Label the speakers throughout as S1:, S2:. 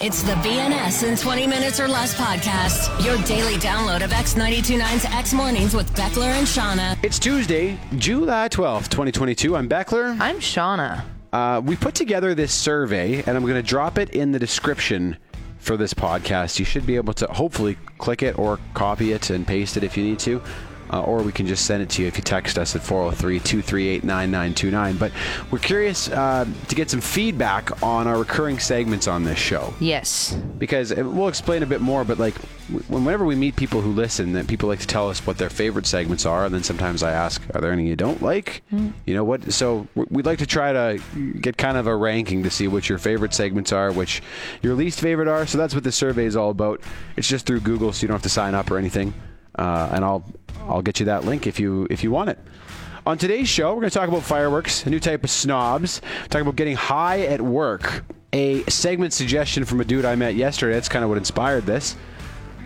S1: It's the BNS in 20 Minutes or Less podcast, your daily download of X929's X Mornings with Beckler and Shauna.
S2: It's Tuesday, July 12th, 2022. I'm Beckler.
S3: I'm Shauna.
S2: Uh, we put together this survey, and I'm going to drop it in the description for this podcast. You should be able to hopefully click it or copy it and paste it if you need to. Uh, or we can just send it to you if you text us at 403 238 9929. But we're curious uh, to get some feedback on our recurring segments on this show
S3: Yes.
S2: because uh, we'll explain a bit more. But like, w- whenever we meet people who listen, that people like to tell us what their favorite segments are, and then sometimes I ask, "Are there any you don't like?" You know what? So w- we'd like to try to get kind of a ranking to see what your favorite segments are, which your least favorite are. So that's what this survey is all about. It's just through Google, so you don't have to sign up or anything. Uh, and I'll I'll get you that link if you if you want it. On today's show, we're going to talk about fireworks, a new type of snobs, talk about getting high at work, a segment suggestion from a dude I met yesterday. That's kind of what inspired this.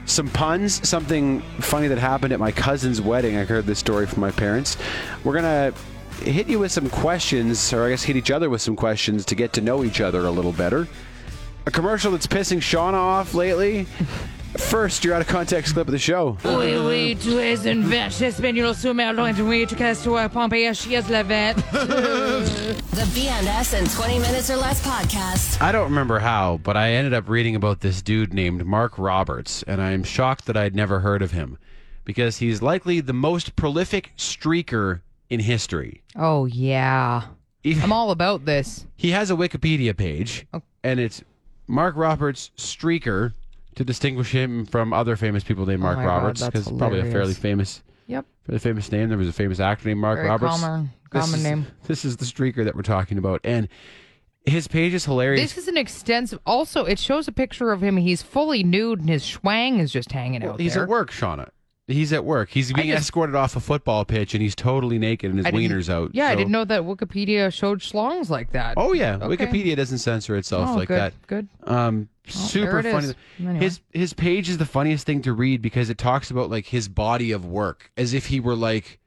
S2: Some puns, something funny that happened at my cousin's wedding. I heard this story from my parents. We're going to hit you with some questions, or I guess hit each other with some questions to get to know each other a little better. A commercial that's pissing Shauna off lately. First, your out of context clip of the show.
S4: Oui, oui, tu es une vache espagnole sous merlonde. Oui, tu casses toi, Pompéi, chies la vête.
S1: The BNS in 20 Minutes or Less podcast.
S2: I don't remember how, but I ended up reading about this dude named Mark Roberts, and I am shocked that I'd never heard of him because he's likely the most prolific streaker in history.
S3: Oh yeah. I'm all Oh. about this.
S2: He has a Wikipedia page, and it's Mark Roberts Streaker to distinguish him from other famous people named Mark
S3: Oh my God,
S2: Roberts
S3: that's
S2: it's probably a fairly
S3: hilarious.
S2: famous.
S3: Yep.
S2: fairly famous name. There was a famous actor named Mark
S3: Very
S2: Roberts.
S3: common-
S2: This
S3: common
S2: is-
S3: name.
S2: This is the streaker that we're talking about, and his page is hilarious.
S3: This is an extensive. Also, it shows a picture of him. He's fully nude, and his schwang is just hanging out
S2: He's
S3: there.
S2: at work, Shauna. He's at work. He's being
S3: just-
S2: escorted off a football pitch, and he's totally naked, and his
S3: I didn't-
S2: wiener's out.
S3: Yeah, I
S2: so-
S3: didn't know that Wikipedia showed schlongs like that.
S2: Oh yeah,
S3: Okay.
S2: Wikipedia doesn't censor itself
S3: Oh,
S2: like
S3: good,
S2: that.
S3: Good.
S2: Um, super
S3: there it
S2: funny.
S3: is. Anyway.
S2: His his page is the funniest thing to read because it talks about like his body of work as if he were like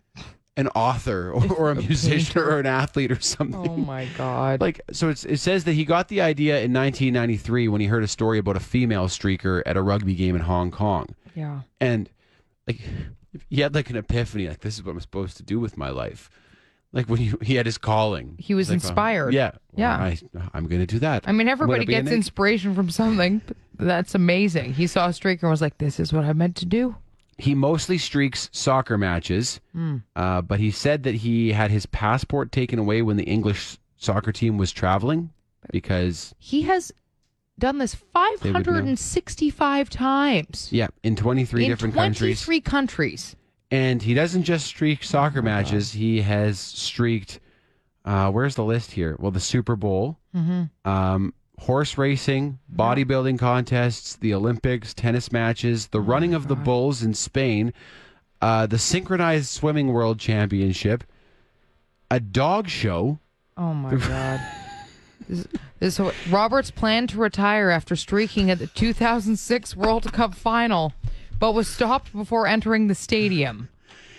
S2: an author or, or a musician or an athlete or something.
S3: Oh my god.
S2: Like so, it's, it says that he got the idea in 1993 when he heard a story about a female streaker at a rugby game in Hong Kong
S3: yeah.
S2: and like he had like an epiphany like this is what i'm supposed to do with my life like when he, he had his calling
S3: He was
S2: Like, uh,
S3: inspired.
S2: yeah
S3: Yeah.
S2: well, I, i'm gonna do that
S3: I mean,
S2: I'm gonna
S3: everybody
S2: be an
S3: gets
S2: ac-
S3: inspiration from something. but That's amazing. He saw a streaker and was like, "This is what I meant to do."
S2: he mostly streaks soccer matches
S3: Hmm.
S2: uh, but he said that he had his passport taken away when the english soccer team was traveling because
S3: He has done this
S2: would know.
S3: 565 times
S2: yeah in 23
S3: in
S2: different
S3: 23
S2: countries
S3: countries.
S2: and he doesn't just
S3: Oh
S2: streak soccer matches. He has streaked. Uh, where's the list here? Well, the Super Bowl,
S3: Mm-hmm.
S2: um, horse racing, bodybuilding contests, the Olympics, tennis matches,
S3: Oh
S2: the running of the bulls in Spain, uh, the synchronized swimming world championship, a dog show.
S3: Oh my god. This, this Roberts planned to retire after streaking at the 2006 World Cup final, but was stopped before entering the stadium.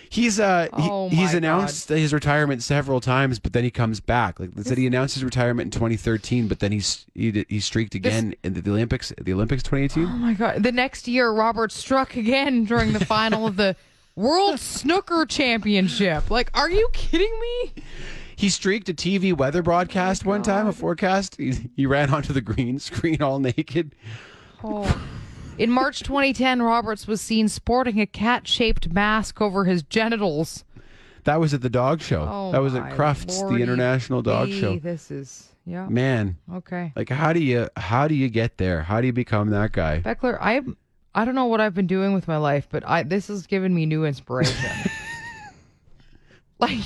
S2: He's uh he-
S3: Oh my
S2: he's announced his retirement several times, but then he comes back. Like they said, he announced his retirement in 2013, but then he's he, did- he streaked again in the, the Olympics. The Olympics 2018.
S3: Oh my god! The next year, Roberts struck again during the final of the World Snooker Championship. Like, are you kidding me?
S2: He streaked a TV weather
S3: Oh
S2: broadcast one time, a forecast. He, he ran onto the green screen all naked.
S3: Oh. In March 2010, Roberts was seen sporting a cat-shaped mask over his genitals.
S2: That was at the dog show.
S3: Oh,
S2: that was at
S3: my
S2: Crufts, the
S3: lordy Oh.
S2: international dog
S3: me.
S2: show.
S3: This is yeah.
S2: Man,
S3: Okay.
S2: like how do you how do you get there? How do you become that guy?
S3: Beckler, I I don't know what I've been doing with my life, but I this has given me new inspiration. like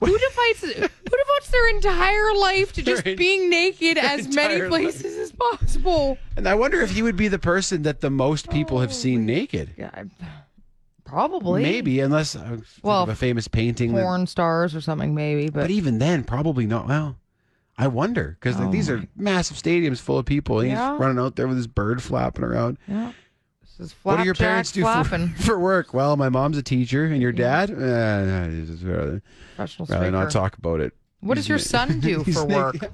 S3: who devotes who devotes their entire life to just
S2: Their en-
S3: being naked as many
S2: entire
S3: places as possible?
S2: And I wonder if he would be the person that the most people
S3: Oh
S2: have seen naked.
S3: Yeah, I- probably
S2: Maybe, unless I think
S3: Well,
S2: of a famous painting. that-
S3: porn stars or something. Maybe, but,
S2: but even then, probably not. Well, I wonder because like, these are massive stadiums full of people, and
S3: Oh Yeah.
S2: he's running out there with his bird flapping around.
S3: yeah. This is
S2: what do your parents do for,
S3: flapping.
S2: for work? Well, my mom's a teacher, and your dad? Uh, this is rather,
S3: Professional
S2: rather not
S3: streaker.
S2: talk about it.
S3: What does your son do
S2: He's
S3: for
S2: naked.
S3: work?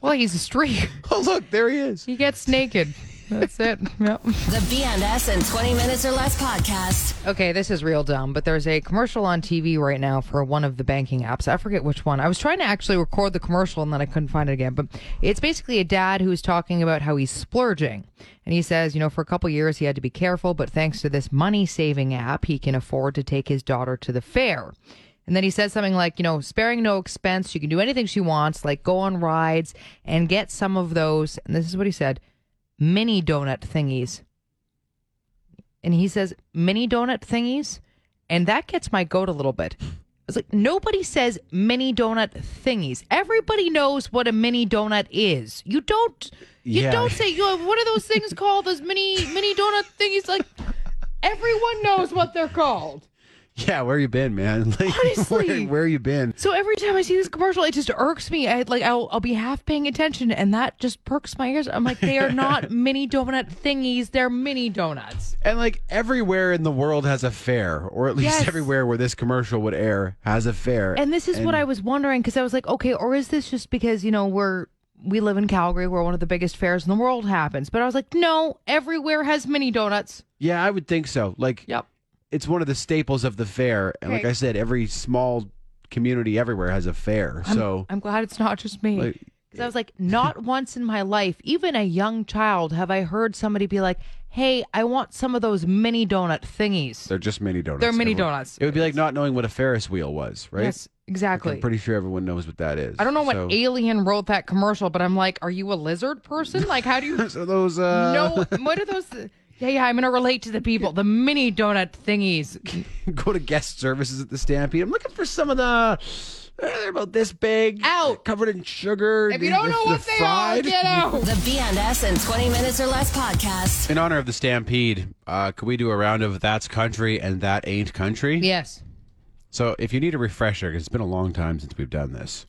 S3: Well, he's a streak.
S2: Oh, look, there he is.
S3: He gets naked. That's it. Yep.
S1: The BNS in 20 Minutes or Less podcast.
S3: Okay, this is real dumb, but there's a commercial on TV right now for one of the banking apps. I forget which one. I was trying to actually record the commercial and then I couldn't find it again. But it's basically a dad who's talking about how he's splurging. And he says, you know, for a couple years he had to be careful, but thanks to this money saving app, he can afford to take his daughter to the fair. And then he says something like, you know, sparing no expense. She can do anything she wants, like go on rides and get some of those. And this is what he said mini donut thingies and he says mini donut thingies and that gets my goat a little bit i was like nobody says mini donut thingies everybody knows what a mini donut is you don't you
S2: Yeah.
S3: don't say you know, what are those things called those mini mini donut thingies like everyone knows what they're called
S2: Yeah, where you been, man? Like, where,
S3: Honestly.
S2: where you been?
S3: so every time i see this commercial it just irks me i like i'll, I'll be half paying attention and that just perks my ears i'm like they are not mini donut thingies they're mini donuts
S2: And like everywhere in the world has a fair, or at least
S3: Yes.
S2: everywhere where this commercial would air has a fair.
S3: And this is what I was wondering because I was like, okay, or is this just because you know we're we live in Calgary, where one of the biggest fairs in the world happens? But I was like, no, everywhere has mini donuts.
S2: yeah, I would think so. Like,
S3: Yep.
S2: it's one of the staples of the fair. And like
S3: Okay.
S2: I said, every small community everywhere has a fair. so
S3: I'm glad it's not just me.
S2: Like-
S3: because I was like, not once in my life, even a young child, have I heard somebody be like, "Hey, I want some of those mini donut thingies."
S2: they're just mini donuts.
S3: They're mini
S2: Everyone-
S3: donuts.
S2: It would be like not knowing what a Ferris wheel was, right?
S3: Yes,
S2: Like,
S3: exactly.
S2: I'm pretty sure everyone knows what that is.
S3: I don't know what
S2: So,
S3: alien wrote that commercial, but I'm like, are you a lizard person? Like, how do you
S2: so those. Uh,
S3: No, what are those? Yeah, yeah, I'm gonna relate to the people. The mini donut thingies.
S2: go to guest services at the Stampede. I'm looking for some of the. uh, They're about this big.
S3: Out.
S2: Covered in sugar.
S3: If you don't know what they are, get out.
S1: The BNS in 20 Minutes or Less podcast.
S2: In honor of the Stampede, uh, could we do a round of That's Country and That Ain't Country?
S3: Yes.
S2: So if you need a refresher, because it's been a long time since we've done this,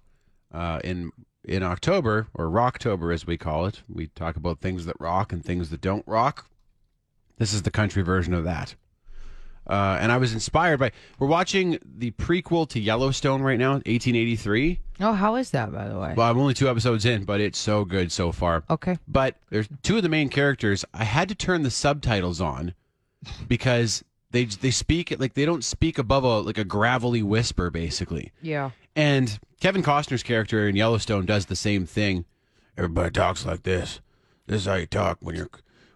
S2: uh, in in October or Rocktober as we call it, we talk about things that rock and things that don't rock. This is the country version of that. Uh, and I was inspired by. We're watching the prequel to Yellowstone right now, 1883.
S3: Oh, how is that, by the way?
S2: Well, I'm only two episodes in, but it's so good so far.
S3: Okay.
S2: But there's two of the main characters. I had to turn the subtitles on because they they speak like they don't speak above a like a gravelly whisper basically.
S3: Yeah.
S2: And Kevin Costner's character in Yellowstone does the same thing. Everybody talks like this. This is how you talk when you're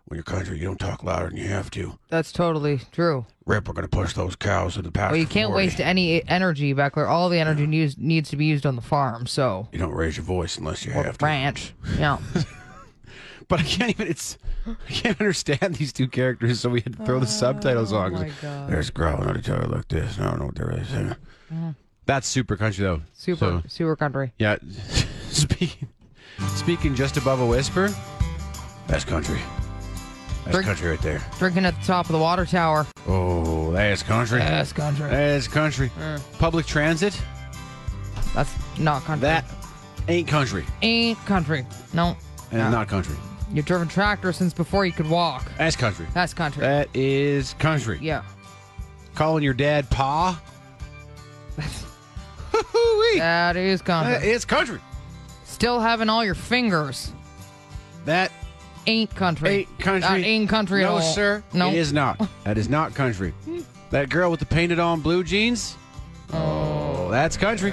S2: when you're country. You don't talk louder than you have to.
S3: That's totally true.
S2: Rip, we're gonna push those cows in the pasture.
S3: Well, you can't
S2: for
S3: waste any energy, Beckler. All the energy needs needs to be used on the farm, so
S2: You don't raise your voice unless you
S3: or
S2: have to.
S3: ranch. Yeah.
S2: But I can't even. It's I can't understand these two characters, so we had to throw the subtitles on. 'cause
S3: Oh, my God.
S2: There's growling at each other like this. and I don't know what there is. Huh? Mm. That's super country though.
S3: Super
S2: So,
S3: super country.
S2: yeah. Speaking speaking just above a whisper. That's country. That's
S3: Drink-
S2: country right there.
S3: Drinking at the top of the water tower.
S2: Oh, that's country.
S3: That's country.
S2: That's country.
S3: uh.
S2: Public transit.
S3: That's not country.
S2: That ain't country.
S3: ain't country. No.
S2: And not country.
S3: You've driven tractor since before you could walk.
S2: That's country.
S3: That's country.
S2: That is country.
S3: yeah.
S2: Calling your dad pa. Hoo-wee.
S3: That is country.
S2: That is country.
S3: Still having all your fingers.
S2: That
S3: Ain't country.
S2: ain't country.
S3: That ain't country at
S2: No,
S3: all.
S2: sir.
S3: No.
S2: It is not. That is not country. that girl with the painted on blue jeans. Oh, that's country.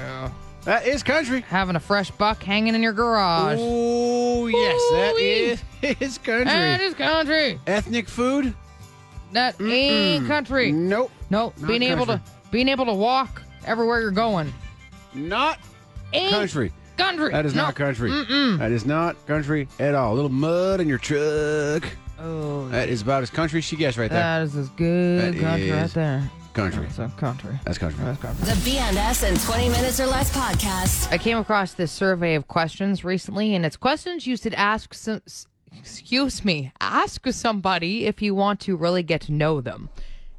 S2: That is country.
S3: Having a fresh buck hanging in your garage.
S2: Oh, yes, that is,
S3: Ooh-wee.
S2: is country.
S3: That is country.
S2: Ethnic food?
S3: That ain't country.
S2: Nope.
S3: No,
S2: Not
S3: being able to
S2: country.
S3: being able to walk everywhere you're going.
S2: Not
S3: Ain't
S2: country.
S3: Country.
S2: That is
S3: Mm. No.
S2: not country. That is not country at all. A little mud in your truck.
S3: Oh,
S2: That is about as country as she gets right there.
S3: that is as good
S2: That
S3: country right
S2: is-
S3: there.
S2: country.
S3: It's a country.
S2: That's country.
S3: That's country.
S1: The BNS in 20 Minutes or Less podcast.
S3: I came across this survey of questions recently, and it's questions you should ask. Some, s- excuse me, ask somebody if you want to really get to know them.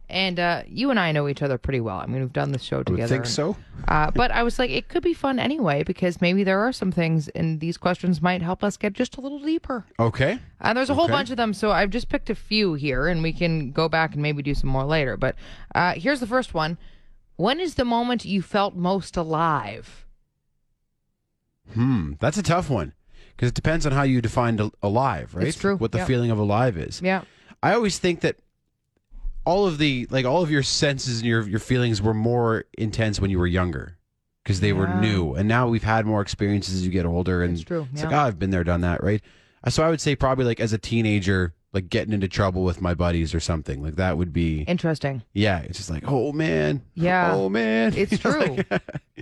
S3: And uh, you and I know each other pretty well. I mean, we've done this show
S2: would
S3: together.
S2: think so.
S3: Uh, but I was like, it could be fun anyway because maybe there are some things, and these questions might help us get just a little deeper.
S2: Okay.
S3: Uh, there's a whole
S2: Okay.
S3: bunch of them, so I've just picked a few here, and we can go back and maybe do some more later. But uh, here's the first one: When is the moment you felt most alive?
S2: Hmm. That's a tough one. because it depends on how you define al- alive, right?
S3: It's true,
S2: What the
S3: yeah.
S2: feeling of alive is.
S3: Yeah.
S2: I always think that all of the like all of your senses and your your feelings were more intense when you were younger because they were new, and now we've had more experiences as you get older, and
S3: That's true,
S2: it's
S3: yeah.
S2: like oh, I've been there, done that, right? Uh, So I would say probably like as a teenager, like getting into trouble with my buddies or something like that would be
S3: Interesting.
S2: yeah. It's just like oh man,
S3: Yeah.
S2: oh man,
S3: It's
S2: You know, like-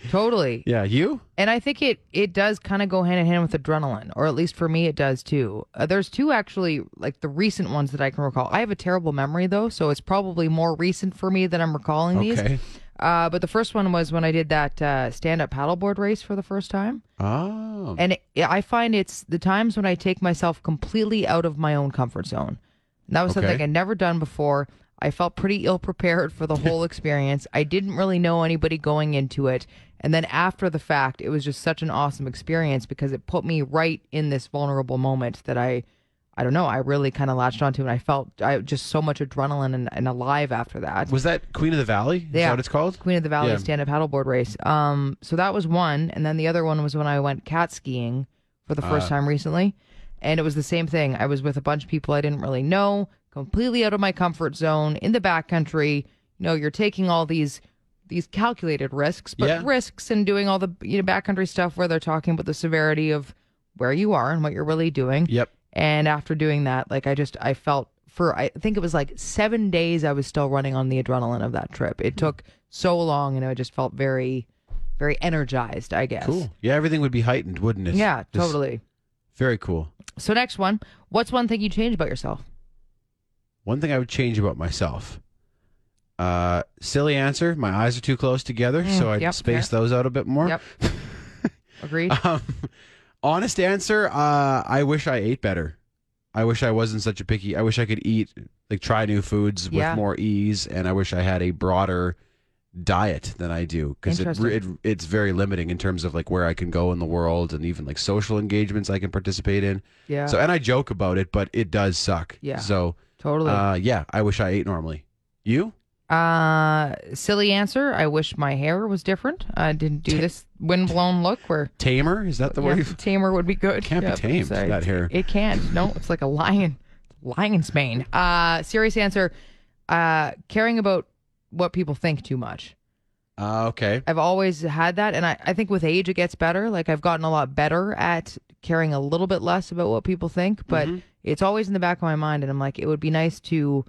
S3: Totally.
S2: yeah, you
S3: And I think it it does kind of go hand in hand with adrenaline, or at least for me it does too. Uh, there's two actually like the recent ones that I can recall. I have a terrible memory though, so it's probably more recent for me that I'm recalling
S2: Okay.
S3: these. Uh, but the first one was when I did that uh, stand up paddleboard race for the first time,
S2: oh
S3: and it, I find it's the times when I take myself completely out of my own comfort zone. And that was
S2: Okay.
S3: something I'd never done before. I felt pretty ill prepared for the whole experience. I didn't really know anybody going into it. And then after the fact, it was just such an awesome experience because it put me right in this vulnerable moment that I, I don't know, I really kind of latched onto. And I felt I just so much adrenaline and, and alive after that.
S2: was that Queen of the Valley? Is that what it's called?
S3: Queen of the Valley
S2: Yeah.
S3: stand up paddleboard race. Um, so that was one, and then the other one was when I went cat skiing for the
S2: Ah.
S3: first time recently, and it was the same thing. I was with a bunch of people I didn't really know, completely out of my comfort zone in the backcountry. You know, you're taking all these these calculated risks, but
S2: Yeah.
S3: risks and doing all the you know backcountry stuff where they're talking about the severity of where you are and what you're really doing.
S2: Yep.
S3: And after doing that, like I just I felt for I think it was like seven days I was still running on the adrenaline of that trip.
S2: Hmm.
S3: It took so long, and I just felt very, very energized. I guess.
S2: Cool. Yeah, everything would be heightened, wouldn't it?
S3: Yeah,
S2: Just
S3: totally.
S2: Very cool.
S3: So next one, what's one thing you change about yourself?
S2: One thing I would change about myself. Uh, silly answer. My eyes are too close together, so I would
S3: Mm, yep,
S2: space those out a bit more.
S3: Yep. Agreed.
S2: Um, honest answer. Uh, I wish I ate better. I wish I wasn't such a picky. I wish I could eat like try new foods with
S3: Yeah.
S2: more ease, and I wish I had a broader diet than I do because it, re- it
S3: Interesting.
S2: it's very limiting in terms of like where I can go in the world and even like social engagements I can participate in.
S3: Yeah.
S2: So and I joke about it, but it does suck.
S3: Yeah.
S2: So
S3: totally.
S2: uh, yeah, I wish I ate normally. You?
S3: Uh, silly answer. I wish my hair was different. I didn't do this windblown look where
S2: Tamer? Is that the
S3: yeah,
S2: word?
S3: tamer would be good.
S2: Can't be tamed, that hair.
S3: It can't. No, it's like a lion. Lion's mane. Uh, serious answer. Uh, caring about what people think too much.
S2: Uh, okay.
S3: I've always had that, and I, I think with age it gets better. Like I've gotten a lot better at caring a little bit less about what people think, but it's always in the back of my mind, and I'm like, it would be nice to,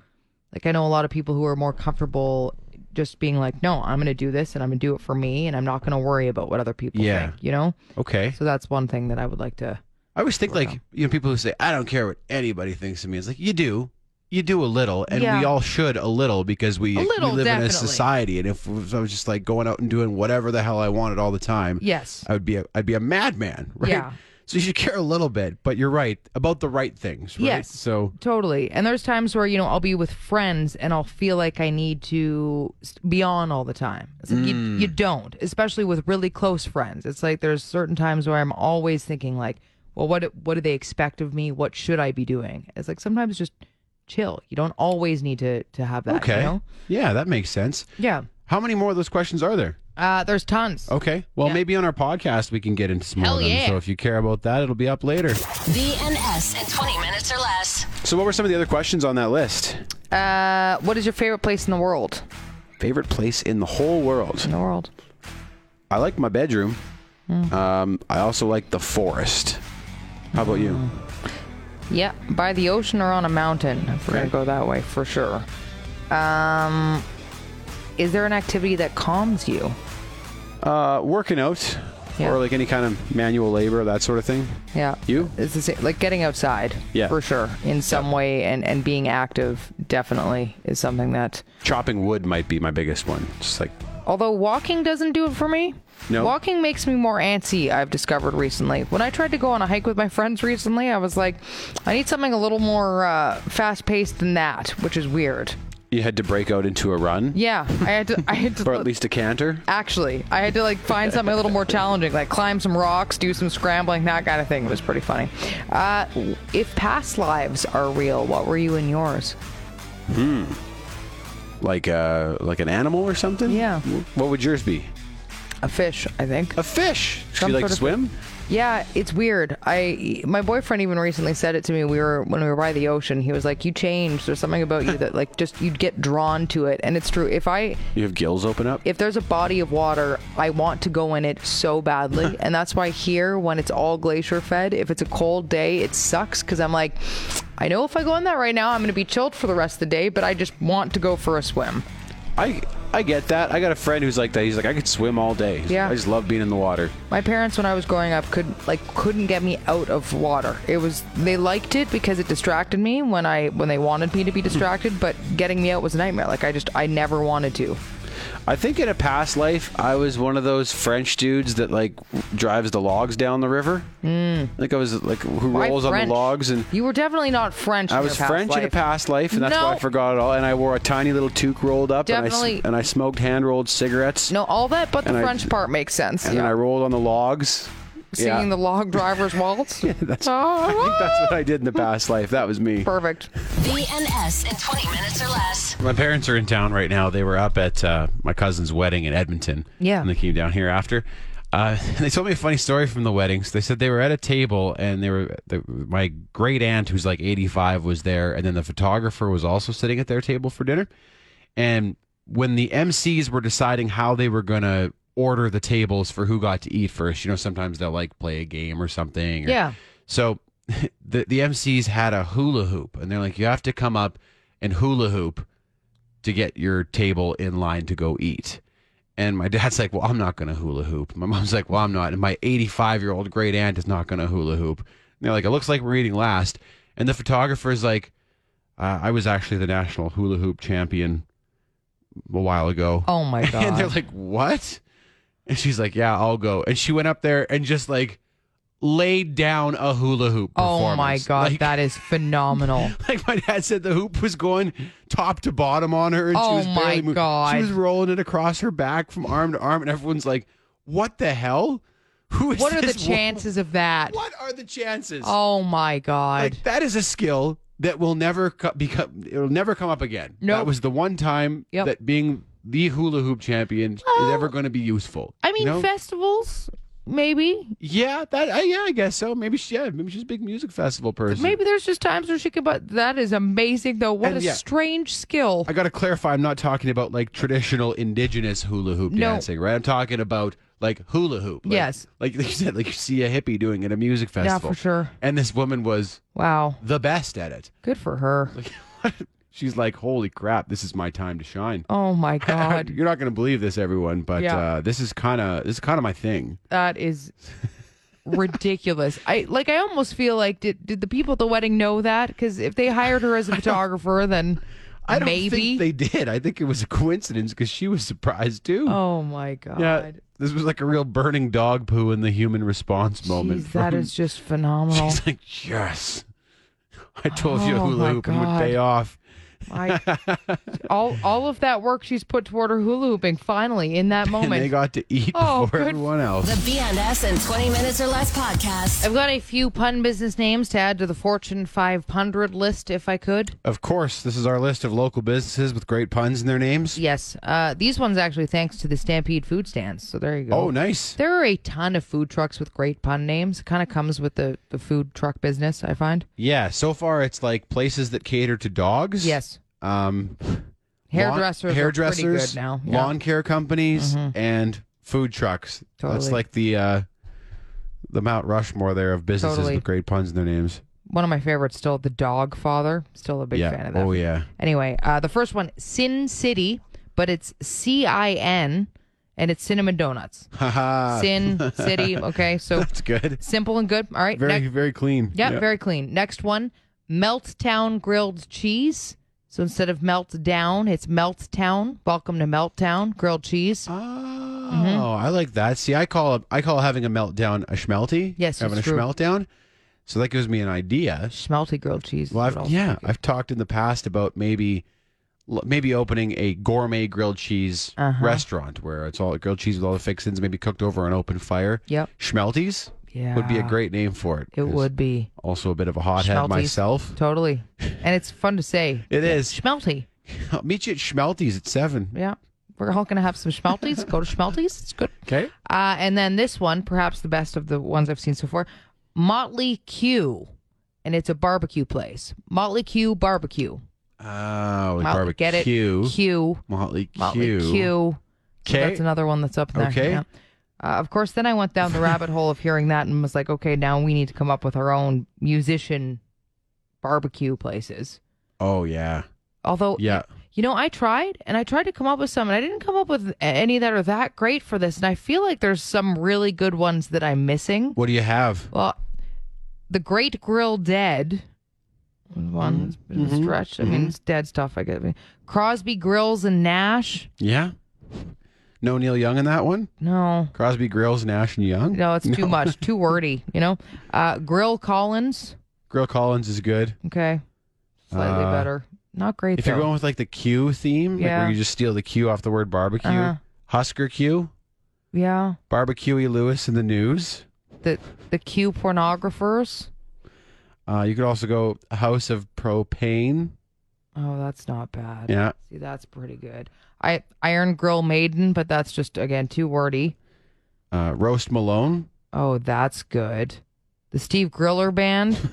S3: like, I know a lot of people who are more comfortable just being like, no, I'm going to do this, and I'm going to do it for me, and I'm not going to worry about what other people
S2: Yeah.
S3: think, you know.
S2: Okay.
S3: So that's one thing that I would like to.
S2: I always think like you know people who say I don't care what anybody thinks of me. It's like you do, you do a little, and
S3: Yeah.
S2: we all should a little because we,
S3: A little,
S2: we live in a
S3: definitely.
S2: society. And if, if I was just like going out and doing whatever the hell I wanted all the time,
S3: Yes.
S2: I would be a I'd be a madman, right?
S3: Yeah.
S2: So you should care a little bit, but you're right about the right things, right?
S3: Yes.
S2: So
S3: Totally. And there's times where, you know, I'll be with friends and I'll feel like I need to s- be on all the time. It's like you, you don't, especially with really close friends. It's like there's certain times where I'm always thinking like, well, what what do they expect of me? What should I be doing? It's like sometimes just chill. You don't always need to to have that,
S2: okay,
S3: you know?
S2: yeah, that makes sense.
S3: Yeah.
S2: How many more of those questions are there?
S3: Uh, there's tons.
S2: Okay. Well, maybe on our podcast we can get into some more of them. So if you care about that, it'll be up later.
S1: BNS in 20 minutes or less.
S2: So what were some of the other questions on that list?
S3: Uh, what is your favorite place in the world?
S2: Favorite place in the whole world?
S3: In the world.
S2: I like my bedroom.
S3: Hmm.
S2: Um, I also like the forest. How about you?
S3: Hmm. Yeah, by the ocean or on a mountain, if we're
S2: Okay.
S3: gonna go that way for sure. Um, is there an activity that calms you?
S2: Uh, working out,
S3: Yeah.
S2: or like any kind of manual labor, that sort of thing.
S3: Yeah,
S2: You?
S3: It's the same, like getting outside.
S2: Yeah.
S3: for sure, in some way, and and being active definitely is something that.
S2: Chopping wood might be my biggest one. Just like
S3: Although walking doesn't do it for me.
S2: No.
S3: Walking makes me more antsy, I've discovered recently. When I tried to go on a hike with my friends recently, I was like, I need something a little more uh, fast paced than that, which is weird.
S2: you had to break out into a run,
S3: Yeah, I had to, I had to
S2: or at least a canter.
S3: actually i had to like find something a little more challenging like climb some rocks do some scrambling that kind of thing it was pretty funny uh, if past lives are real what were you in yours
S2: Like uh, like an animal or something.
S3: Yeah.
S2: Wh- What would yours be?
S3: a fish i think
S2: A fish. Do
S3: Some
S2: you like
S3: sort
S2: to
S3: of-
S2: swim?
S3: Yeah, it's weird. I my boyfriend even recently said it to me. We were when we were by the ocean. He was like, "You changed. There's something about you that like just you'd get drawn to it." And it's true. If I
S2: You have gills open up?
S3: if there's a body of water, I want to go in it so badly. and that's why here, when it's all glacier fed, if it's a cold day, it sucks because I'm like, I know if I go in that right now, I'm going to be chilled for the rest of the day, but I just want to go for a swim.
S2: I I get that. I got a friend who's like that. He's like, I could swim all day. He's like,
S3: Yeah.
S2: I just love being in the water.
S3: My parents, when I was growing up, could like couldn't get me out of water. It was they liked it because it distracted me when I when they wanted me to be distracted, but getting me out was a nightmare. Like I just I never wanted to.
S2: I think in a past life, I was one of those French dudes that like drives the logs down the river. Mm. Like I was like who
S3: Why
S2: rolls on
S3: French?
S2: the logs, and
S3: you were definitely not French.
S2: I
S3: in
S2: was
S3: your past
S2: French in a
S3: life.
S2: past life, and that's why I
S3: No.
S2: forgot it all. And I wore a tiny little toque rolled up, and I, s-
S3: Definitely.
S2: and I smoked hand rolled cigarettes.
S3: No, all that but the
S2: And I-
S3: French part makes sense.
S2: and then I rolled on the logs.
S3: Singing
S2: yeah.
S3: the log driver's waltz.
S2: That's,
S3: Oh,
S2: I think that's what I did in the past life. That was me.
S3: Perfect.
S1: BNS in 20 minutes or less.
S2: My parents are in town right now. They were up at uh, my cousin's wedding in Edmonton.
S3: Yeah.
S2: And they came down here after. Uh, and they told me a funny story from the wedding. So they said they were at a table and they were the, my great aunt, who's like 85, was there. And then the photographer was also sitting at their table for dinner. And when the MCs were deciding how they were going to order the tables for who got to eat first, you know, sometimes they'll like play a game or something. Or,
S3: Yeah.
S2: so the the MCs had a hula hoop, and they're like, you have to come up and hula hoop to get your table in line to go eat. And my dad's like, well, I'm not going to hula hoop. My mom's like, well, I'm not. And my 85 year old great aunt is not going to hula hoop. And they're like, it looks like we're eating last. And the photographer's like, uh, I was actually the national hula hoop champion a while ago.
S3: Oh my god.
S2: And they're like, "What?" And she's like, "Yeah, I'll go." And she went up there and just like laid down a hula hoop.
S3: oh my
S2: performance.
S3: god,
S2: Like,
S3: that is phenomenal.
S2: like my dad said, the hoop was going top to bottom on her, and
S3: Oh
S2: she was
S3: my
S2: barely moving.
S3: God.
S2: She was rolling it across her back from arm to arm, and everyone's like, "What the hell? Who is
S3: What are the
S2: this wo-
S3: chances of that?
S2: What are the chances?
S3: Oh my god.
S2: Like that is a skill that will never co- become. It'll never come up again. That
S3: Nope.
S2: was the one time
S3: Yep.
S2: that being the hula hoop champion is ever going to be useful.
S3: I
S2: you
S3: mean,
S2: know?
S3: festivals maybe.
S2: yeah, that I, yeah, I guess so. Maybe she, yeah, maybe she's a big music festival person.
S3: Maybe there's just times where she could but that is amazing though. What
S2: And
S3: a
S2: yeah.
S3: strange skill.
S2: I got to clarify. I'm not talking about like traditional indigenous hula hoop
S3: No.
S2: dancing, right? I'm talking about like hula hoop. Like,
S3: Yes.
S2: like, you said, like you see a hippie doing at a music
S3: Yeah,
S2: festival.
S3: for sure.
S2: And this woman was
S3: Wow.
S2: the best at it.
S3: Good for her.
S2: She's like, holy crap, this is my time to shine.
S3: Oh my god.
S2: You're not going to believe this, everyone, but
S3: Yeah.
S2: uh, this is kind of this is kind of my thing.
S3: That is ridiculous. I like. I almost feel like did did the people at the wedding know that? Because if they hired her as a photographer, then
S2: I don't think
S3: maybe.
S2: they did. I think it was a coincidence because she was surprised too.
S3: oh my god.
S2: yeah, this was like a real burning dog poo in the human response moment.
S3: Jeez, that
S2: from-
S3: is just phenomenal.
S2: She's like, yes, I told you
S3: Oh,
S2: hula
S3: my
S2: hoop would
S3: God.
S2: pay off.
S3: I, all all of that work she's put toward her hula hooping finally in that
S2: And
S3: moment.
S2: they got to eat
S3: Oh,
S2: before
S3: good-
S2: everyone else.
S1: The BNS in 20 minutes or less podcast.
S3: I've got a few pun business names to add to the Fortune 500 list if I could.
S2: Of course, this is our list of local businesses with great puns in their names.
S3: Yes. Uh, these ones actually thanks to the Stampede food stands. So there you go.
S2: Oh, nice.
S3: There are a ton of food trucks with great pun names. It kind of comes with the, the food truck business, I find.
S2: Yeah, so far it's like places that cater to dogs.
S3: Yes.
S2: Um,
S3: Hairdressers
S2: lawn,
S3: are
S2: hairdressers
S3: pretty good now. Yeah. Mm-hmm.
S2: Lawn care companies and food trucks. That's
S3: Totally.
S2: like the uh, the Mount Rushmore there of businesses
S3: Totally.
S2: with great puns in their names.
S3: One of my favorites still, The Dog Father. Still a big
S2: yeah.
S3: fan of that.
S2: oh yeah.
S3: Anyway, uh, the first one, Sin City, but it's C I N and it's cinnamon donuts.
S2: Haha.
S3: Sin City. Okay. So
S2: That's good.
S3: simple and good. All right.
S2: Very
S3: next-
S2: very clean.
S3: Yeah, very clean. Next one, Melttown grilled cheese. So instead of melt down, it's Melttown. Welcome to Melttown grilled cheese.
S2: Oh,
S3: Mm-hmm.
S2: I like that. See, I call it, I call having a meltdown a schmelty.
S3: Yes,
S2: having
S3: it's
S2: a
S3: true.
S2: schmeltdown. So that gives me an idea.
S3: Schmelty grilled cheese.
S2: Well,
S3: is what
S2: I've,
S3: I'll-
S2: yeah, I've talked in the past about maybe l- maybe opening a gourmet grilled cheese
S3: Uh-huh.
S2: restaurant where it's all grilled cheese with all the fixings, maybe cooked over an open fire.
S3: Yep.
S2: Schmelties
S3: yeah.
S2: would be a great name for it.
S3: It
S2: 'cause
S3: would be
S2: Also, a bit of a hothead
S3: Schmelties.
S2: myself.
S3: totally, and it's fun to say.
S2: It is.
S3: Schmelty.
S2: I'll meet you at Schmelties at seven.
S3: Yeah. We're all going to have some schmalties. Go to schmalties. It's good.
S5: Okay.
S3: Uh, and then this one, perhaps the best of the ones I've seen so far, Motley Q, and it's a barbecue place. Motley Q barbecue.
S5: Oh, we
S3: Motley,
S5: barbecue.
S3: Get it? Q.
S5: Motley Q.
S3: Motley Q. So
S5: Okay.
S3: that's another one that's up there.
S5: Okay.
S3: yeah. Uh, of course, then I went down the rabbit hole of hearing that and was like, okay, now we need to come up with our own musician barbecue places.
S5: Oh yeah.
S3: Although,
S5: Yeah.
S3: you know, I tried and I tried to come up with some, and I didn't come up with a- any that are that great for this. And I feel like there's some really good ones that I'm missing.
S5: What do you have?
S3: Well, the Great Grill Dead. was One that's a bit
S5: Mm-hmm.
S3: of a stretch. I mean, it's dead stuff. I get Crosby Grills and Nash.
S5: Yeah. No Neil Young in that one.
S3: No,
S5: Crosby, Grills, Nash and Young.
S3: no, it's too much, too wordy. You know, uh, Grill Collins.
S5: Grill Collins is good.
S3: Okay, slightly
S5: Uh,
S3: better. Not great.
S5: If you're
S3: though.
S5: going with like the Q theme, like
S3: Yeah.
S5: where you just steal the Q off the word barbecue,
S3: Uh-huh.
S5: Husker Q,
S3: yeah,
S5: Barbecue E. Lewis in the news.
S3: the the Q pornographers.
S5: Uh, you could also go House of Propane.
S3: Oh, that's not bad.
S5: Yeah.
S3: See, that's pretty good. I Iron Grill Maiden, but that's just again too wordy.
S5: Uh, Roast Malone.
S3: Oh, that's good. The Steve Griller Band.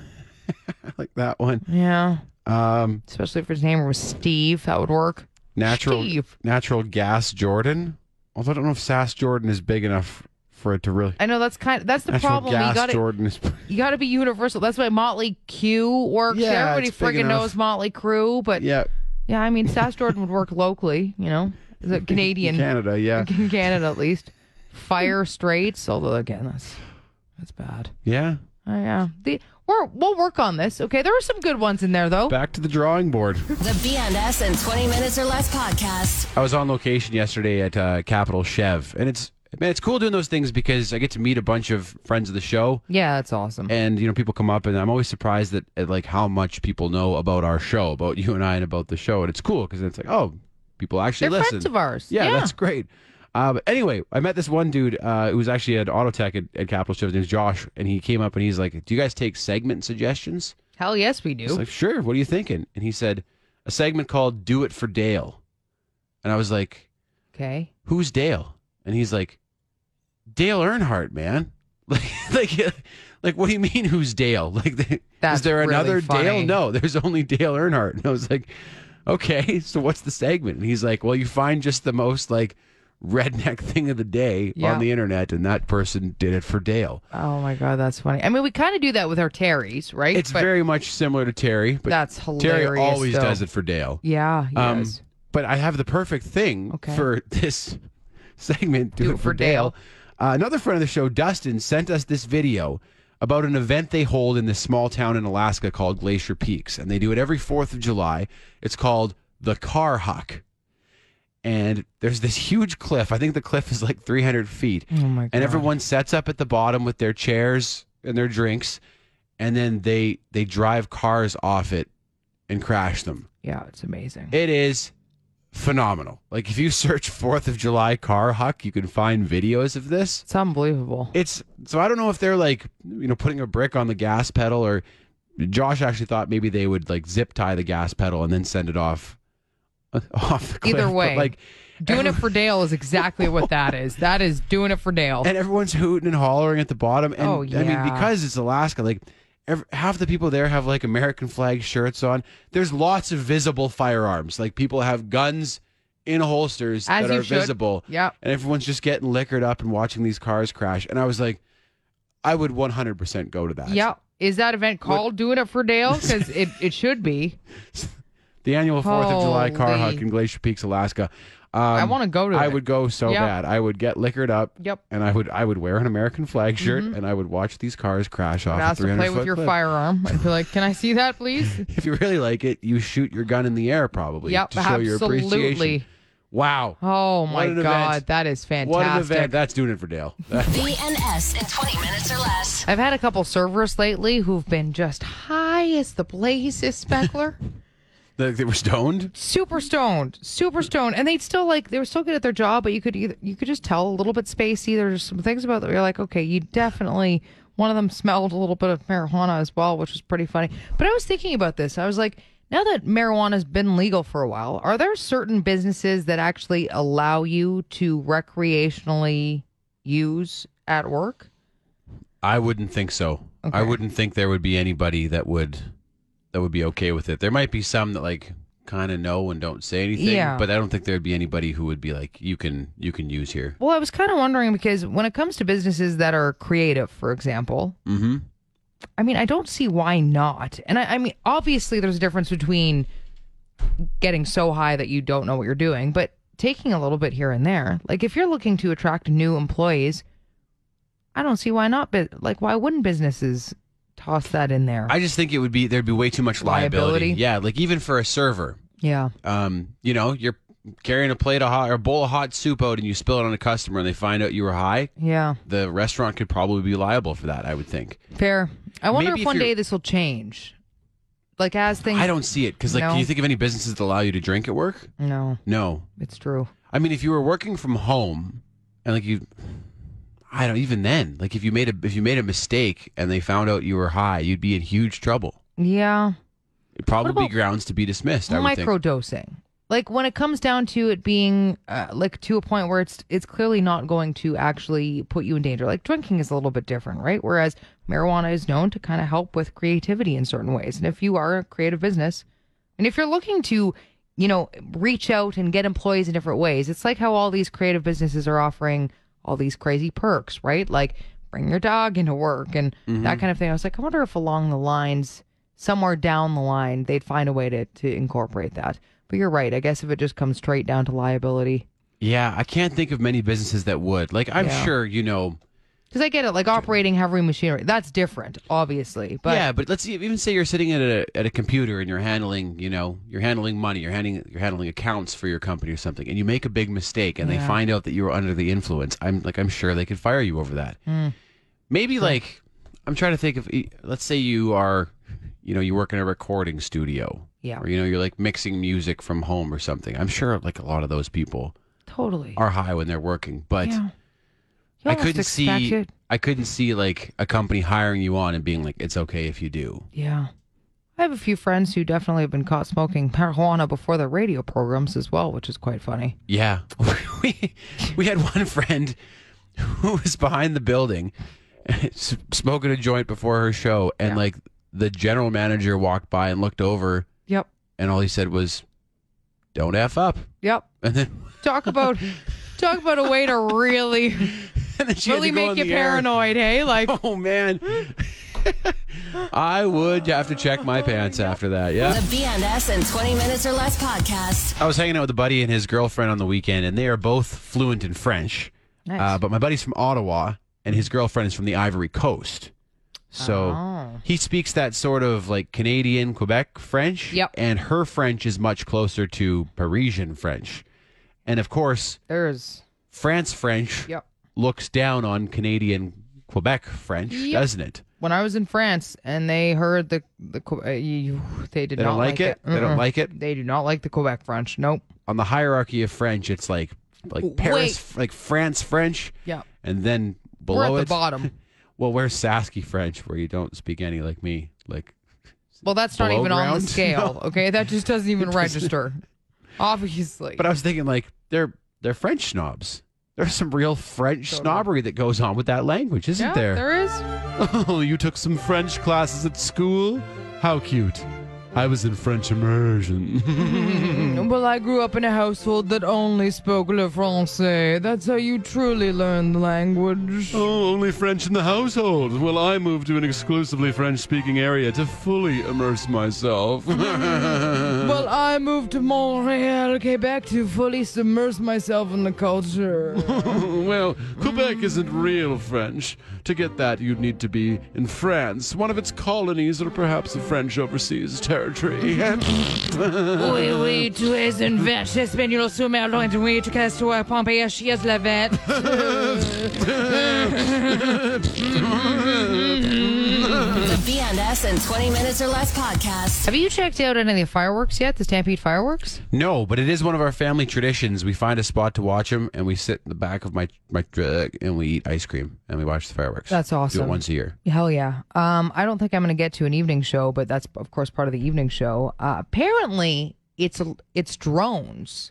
S5: I like that one.
S3: yeah,
S5: Um,
S3: especially if his name was Steve, that would work.
S5: natural
S3: Steve.
S5: Natural Gas Jordan. Although I don't know if Sass Jordan is big enough for it to really.
S3: I know that's kind. that's the
S5: Natural
S3: problem.
S5: Gas
S3: You got to
S5: Jordan is.
S3: you got to be universal. That's why Motley Q works.
S5: Yeah,
S3: everybody
S5: it's big
S3: friggin'
S5: enough.
S3: knows Motley Crew, but yeah,
S5: yeah,
S3: I mean, Sass Jordan would work locally. You know, is it Canadian?
S5: Canada. Yeah,
S3: in Canada at least. Fire Straits, although again, that's that's bad.
S5: yeah.
S3: Oh, yeah, the, we're, we'll work on this. Okay, there were some good ones in there though.
S5: Back to the drawing board.
S1: The BNS in 20 Minutes or Less podcast.
S2: I was on location yesterday at uh, Capital Chev, and it's man, it's cool doing those things because I get to meet a bunch of friends of the show,
S3: Yeah, that's awesome.
S2: and you know people come up, and I'm always surprised at, at like how much people know about our show, about you and I, and about the show, and it's cool because it's like oh, people actually
S3: They're
S2: listen.
S3: friends of ours.
S2: Yeah, that's great. Uh, but anyway, I met this one dude uh, who was actually at Autotech at, at Capital Shift. His name's Josh, and he came up and he's like, "Do you guys take segment suggestions?"
S3: hell yes, we
S2: I was
S3: do.
S2: like, "Sure." What are you thinking? And he said, "A segment called Do It for Dale," and I was like,
S3: Okay,
S2: "Who's Dale?" And he's like, "Dale Earnhardt, man." Like, like, like, what do you mean? Who's Dale? Like, the,
S3: That's
S2: is there
S3: really
S2: another
S3: funny.
S2: Dale? No, there's only Dale Earnhardt. And I was like, okay, so what's the segment? And he's like, well, you find just the most like redneck thing of the day
S3: Yeah.
S2: on the internet, and that person did it for Dale.
S3: Oh my god, that's funny. I mean, we kind of do that with our Terrys, right?
S2: It's
S3: But
S2: very much similar to Terry, but
S3: that's hilarious.
S2: Terry always
S3: though.
S2: does it for Dale.
S3: Yeah, he
S2: Um,
S3: does.
S2: But I have the perfect thing
S3: Okay.
S2: for this segment. Do, it, for Dale. Uh, another friend of the show, Dustin, sent us this video about an event they hold in this small town in Alaska called Glacier Peaks, and they do it every Fourth of July. It's called the Car Huck, and there's this huge cliff. I think the cliff is like 300 feet,
S3: Oh my god.
S2: and everyone sets up at the bottom with their chairs and their drinks, and then they they drive cars off it and crash them.
S3: Yeah, it's amazing.
S2: It is phenomenal. Like if you search Fourth of July car huck, you can find videos of this.
S3: it's unbelievable.
S2: It's so I don't know if they're like you know putting a brick on the gas pedal or Josh actually thought maybe they would like zip tie the gas pedal and then send it off off the cliff.
S3: Either
S2: But,
S3: way.
S2: like
S3: doing it for Dale is exactly what that is. That is doing it for Dale.
S2: and everyone's hooting and hollering at the bottom. And
S3: Oh,
S2: I
S3: yeah.
S2: mean, because it's Alaska, like ev half the people there have like American flag shirts on. There's lots of visible firearms. Like people have guns in holsters
S3: As
S2: that
S3: you
S2: are
S3: should.
S2: visible.
S3: Yep.
S2: And everyone's just getting liquored up and watching these cars crash. And I was like, I would 100% go to that.
S3: Yeah. Is that event called Doing It for Dale? Because it, it should be.
S2: The annual 4th of July car
S3: Holy.
S2: huck in Glacier Peaks, Alaska. Um,
S3: I want to go to
S2: I
S3: it.
S2: would go so
S3: Yep.
S2: bad. I would get liquored up.
S3: Yep.
S2: And I would I would wear an American flag shirt
S3: Mm-hmm.
S2: and I would watch these cars crash off.
S3: I'd
S2: a
S3: ask to
S2: 300
S3: play with
S2: foot
S3: your
S2: cliff.
S3: firearm. I'd be like, can I see that, please?
S2: If you really like it, you shoot your gun in the air probably
S3: Yep,
S2: to show your
S3: absolutely.
S2: appreciation. Wow.
S3: Oh
S2: What
S3: my
S2: an event.
S3: God. That is
S2: What an event.
S3: fantastic.
S2: That's doing it for Dale.
S1: BNS in 20 Minutes or Less.
S3: I've had a couple servers lately who've been just high as the blazes, Speckler.
S2: Like they were stoned.
S3: super stoned, super stoned, and they'd still like they were still good at their job, but you could either you could just tell a little bit spacey. There's some things about that you're like, okay, you definitely one of them smelled a little bit of marijuana as well, which was pretty funny. But I was thinking about this. I was like, Now that marijuana's been legal for a while, are there certain businesses that actually allow you to recreationally use at work?
S2: I wouldn't think so. I wouldn't think there would be anybody that would that would be okay with it. There might be some that like kind of know and don't say anything,
S3: Yeah.
S2: but I don't think there'd be anybody who would be like you can you can use here.
S3: Well, I was kind of wondering because when it comes to businesses that are creative, for example,
S2: Mhm.
S3: I mean, I don't see why not. And I, I mean, obviously, there's a difference between getting so high that you don't know what you're doing, but taking a little bit here and there. Like, if you're looking to attract new employees, I don't see why not. But like, why wouldn't businesses toss that in there?
S2: I just think it would be there'd be way too much liability.
S3: Liability?
S2: Yeah, like even for a server,
S3: yeah.
S2: um, you know, you're carrying a plate of hot or a bowl of hot soup out and you spill it on a customer and they find out you were high.
S3: Yeah.
S2: The restaurant could probably be liable for that. I would think.
S3: Fair. I wonder
S2: Maybe
S3: if
S2: if
S3: one
S2: you're-
S3: day this will change. Like, as things.
S2: I don't see it because like,
S3: No.
S2: can you think of any businesses that allow you to drink at work?
S3: No,
S2: No,
S3: it's true.
S2: I mean, if you were working from home and like you, I don't even then. Like if you made a if you made a mistake and they found out you were high, you'd be in huge trouble.
S3: Yeah.
S2: It'd probably
S3: What
S2: be
S3: about
S2: grounds to be dismissed. I would think.
S3: microdosing. Like when it comes down to it being uh, like to a point where it's it's clearly not going to actually put you in danger. Like drinking is a little bit different, right? Whereas marijuana is known to kind of help with creativity in certain ways. And if you are a creative business, and if you're looking to, you know, reach out and get employees in different ways, it's like how all these creative businesses are offering all these crazy perks, right? Like bring your dog into work and
S2: Mm-hmm.
S3: that kind of thing. I was like, I wonder if along the lines, somewhere down the line, they'd find a way to, to incorporate that. But you're right. I guess if it just comes straight down to liability,
S2: Yeah, I can't think of many businesses that would. Like I'm
S3: Yeah.
S2: sure you know.
S3: because I get it, like operating heavy machinery, that's different, obviously. But
S2: yeah, but let's e- even say you're sitting at a at a computer and you're handling you know you're handling money, you're handling you're handling accounts for your company or something, and you make a big mistake and they find out that you were under the influence. I'm like I'm sure they could fire you over that.
S3: Hmm.
S2: Maybe like I'm trying to think of e- let's say you are you know you work in a recording studio.
S3: Yeah.
S2: Or you know you're like mixing music from home or something. I'm sure like a lot of those people
S3: totally.
S2: are high when they're working, but
S3: Yeah.
S2: I
S3: You almost
S2: couldn't
S3: expect
S2: see
S3: it.
S2: I couldn't see like a company hiring you on and being like it's okay if you do.
S3: Yeah. I have a few friends who definitely have been caught smoking marijuana before their radio programs as well, which is quite funny.
S2: Yeah. we we had one friend who was behind the building s- smoking a joint before her show and like the general manager walked by and looked over
S3: Yep.
S2: and all he said was don't f up.
S3: Yep.
S2: And then
S3: Talk about talk about a way to really
S2: and then she had
S3: really
S2: to go
S3: make
S2: on
S3: you
S2: the air.
S3: paranoid, hey? Like
S2: Oh man. I would have to check my pants after that. Yeah.
S1: The BNS in 20 minutes or less podcast.
S2: I was hanging out with a buddy and his girlfriend on the weekend, and they are both fluent in French.
S3: Nice.
S2: Uh, but my buddy's from Ottawa, and his girlfriend is from the Ivory Coast. So
S3: Oh.
S2: he speaks that sort of like Canadian Quebec French.
S3: Yep.
S2: And her French is much closer to Parisian French. And of course,
S3: there's
S2: France French
S3: Yep.
S2: looks down on Canadian Quebec French,
S3: Yep.
S2: doesn't it?
S3: when I was in France and they heard the the Que- uh, you, they did
S2: They
S3: not
S2: don't like it. They don't
S3: Mm-mm.
S2: like it.
S3: They do not like the Quebec French. Nope.
S2: On the hierarchy of French, it's like like Paris, like France French,
S3: Yep.
S2: and then
S3: We're
S2: below
S3: at the
S2: it,
S3: bottom.
S2: Well, where's Sasky French, where you don't speak any like me? Like,
S3: Well, that's not
S2: Below
S3: even on the
S2: ground?
S3: scale. Okay, that just doesn't even register. Obviously.
S2: but I was thinking like they're they're French snobs. There's some real French snobbery that goes on with that language, isn't
S3: yeah,
S2: there?
S3: there is.
S2: Oh, you took some French classes at school? How cute! I was in French immersion.
S3: Well, I grew up in a household that only spoke le français. That's how you truly learn the language.
S2: oh, only French in the household. Well, I moved to an exclusively French-speaking area to fully immerse myself.
S3: Well, I moved to Montreal, Quebec to fully submerge myself in the culture.
S2: well, Quebec isn't real French. To get that, you'd need to be in France, one of its colonies, or perhaps a French overseas territory.
S6: Oui, oui, tu es une vache espagnole sous mer loin de oui, tu casses toi à Pompéi, à Chies, la vette.
S1: The BNS in 20 minutes or less podcast.
S3: Have you checked out any of the fireworks yet? The Stampede fireworks?
S5: No, but it is one of our family traditions. We find a spot to watch them, and we sit in the back of my my truck and we eat ice cream and we watch the fireworks.
S3: That's
S5: Do
S3: awesome.
S5: it once a year.
S3: Hell yeah. Um, I don't think I'm going to get to an evening show, but that's of course part of the evening show. Uh, apparently, it's it's drones.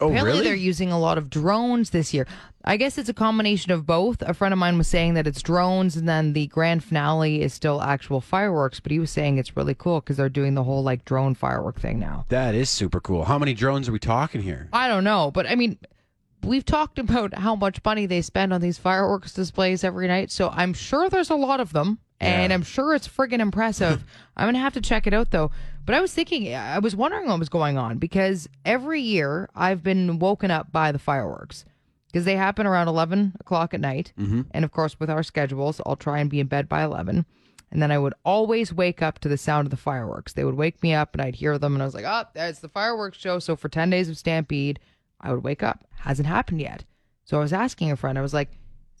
S5: Oh,
S3: Apparently,
S5: really?
S3: they're using a lot of drones this year. I guess it's a combination of both. A friend of mine was saying that it's drones, and then the grand finale is still actual fireworks. But he was saying it's really cool because they're doing the whole like drone firework thing now.
S5: that is super cool. How many drones are we talking here?
S3: I don't know, but I mean, we've talked about how much money they spend on these fireworks displays every night, so I'm sure there's a lot of them, and I'm sure it's friggin' impressive. I'm gonna have to check it out though. But I was thinking, I was wondering what was going on because every year I've been woken up by the fireworks because they happen around 11 o'clock at night, and of course with our schedules, I'll try and be in bed by 11. And then I would always wake up to the sound of the fireworks. They would wake me up and I'd hear them and I was like, oh, that's the fireworks show. So for 10 days of Stampede, I would wake up. Hasn't happened yet. So I was asking a friend, I was like,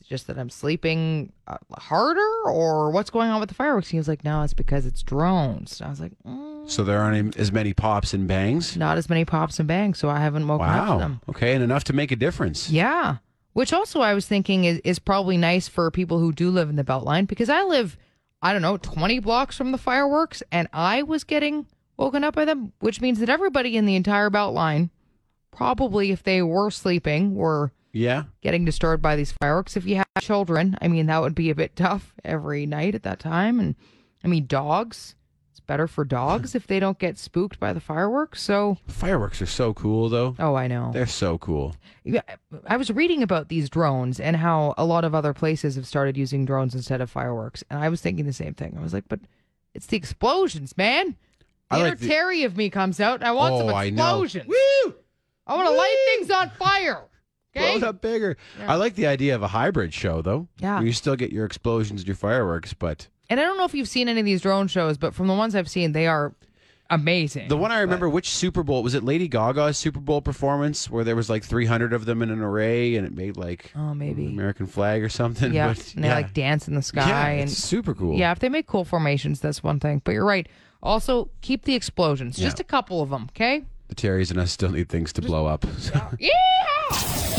S3: is it just that I'm sleeping uh, harder or what's going on with the fireworks? He was like, no, it's because it's drones. And I was like, mm,
S5: So there aren't as many pops and bangs.
S3: not as many pops and bangs. So I haven't woken up to them.
S5: Wow. Okay, and enough to make a difference.
S3: Yeah. Which also I was thinking is, is probably nice for people who do live in the Beltline because I live, I don't know, 20 blocks from the fireworks and I was getting woken up by them, which means that everybody in the entire Beltline probably, if they were sleeping, were
S5: Yeah.
S3: getting disturbed by these fireworks. If you have children, I mean, that would be a bit tough every night at that time. And I mean, dogs, it's better for dogs if they don't get spooked by the fireworks. So,
S5: Fireworks are so cool, though.
S3: oh, I know.
S5: They're so cool.
S3: Yeah, I was reading about these drones and how a lot of other places have started using drones instead of fireworks, and I was thinking the same thing. I was like, "But it's the explosions, man! The
S5: I
S3: inner
S5: like the-
S3: Terry of me comes out, and I want
S5: Oh,
S3: some
S5: I know.
S3: explosions. I want to light things on fire.
S5: Blow
S3: Okay,
S5: it up bigger. I like the idea of a hybrid show, though.
S3: Yeah.
S5: Where you still get your explosions and your fireworks, but
S3: and I don't know if you've seen any of these drone shows, but from the ones I've seen, they are amazing.
S5: the one I remember, which Super Bowl was it? Lady Gaga's Super Bowl performance, where there was like 300 of them in an array, and it made like
S3: oh, maybe
S5: American flag or something.
S3: yeah,
S5: Mm, but,
S3: and they
S5: yeah.
S3: like dance in the
S5: Yeah,
S3: sky and
S5: it's super cool.
S3: Yeah, if they make cool formations, that's one thing. But you're right. Also, keep the explosions. Just a couple of them, okay?
S5: the Terrys and us still need things to blow up.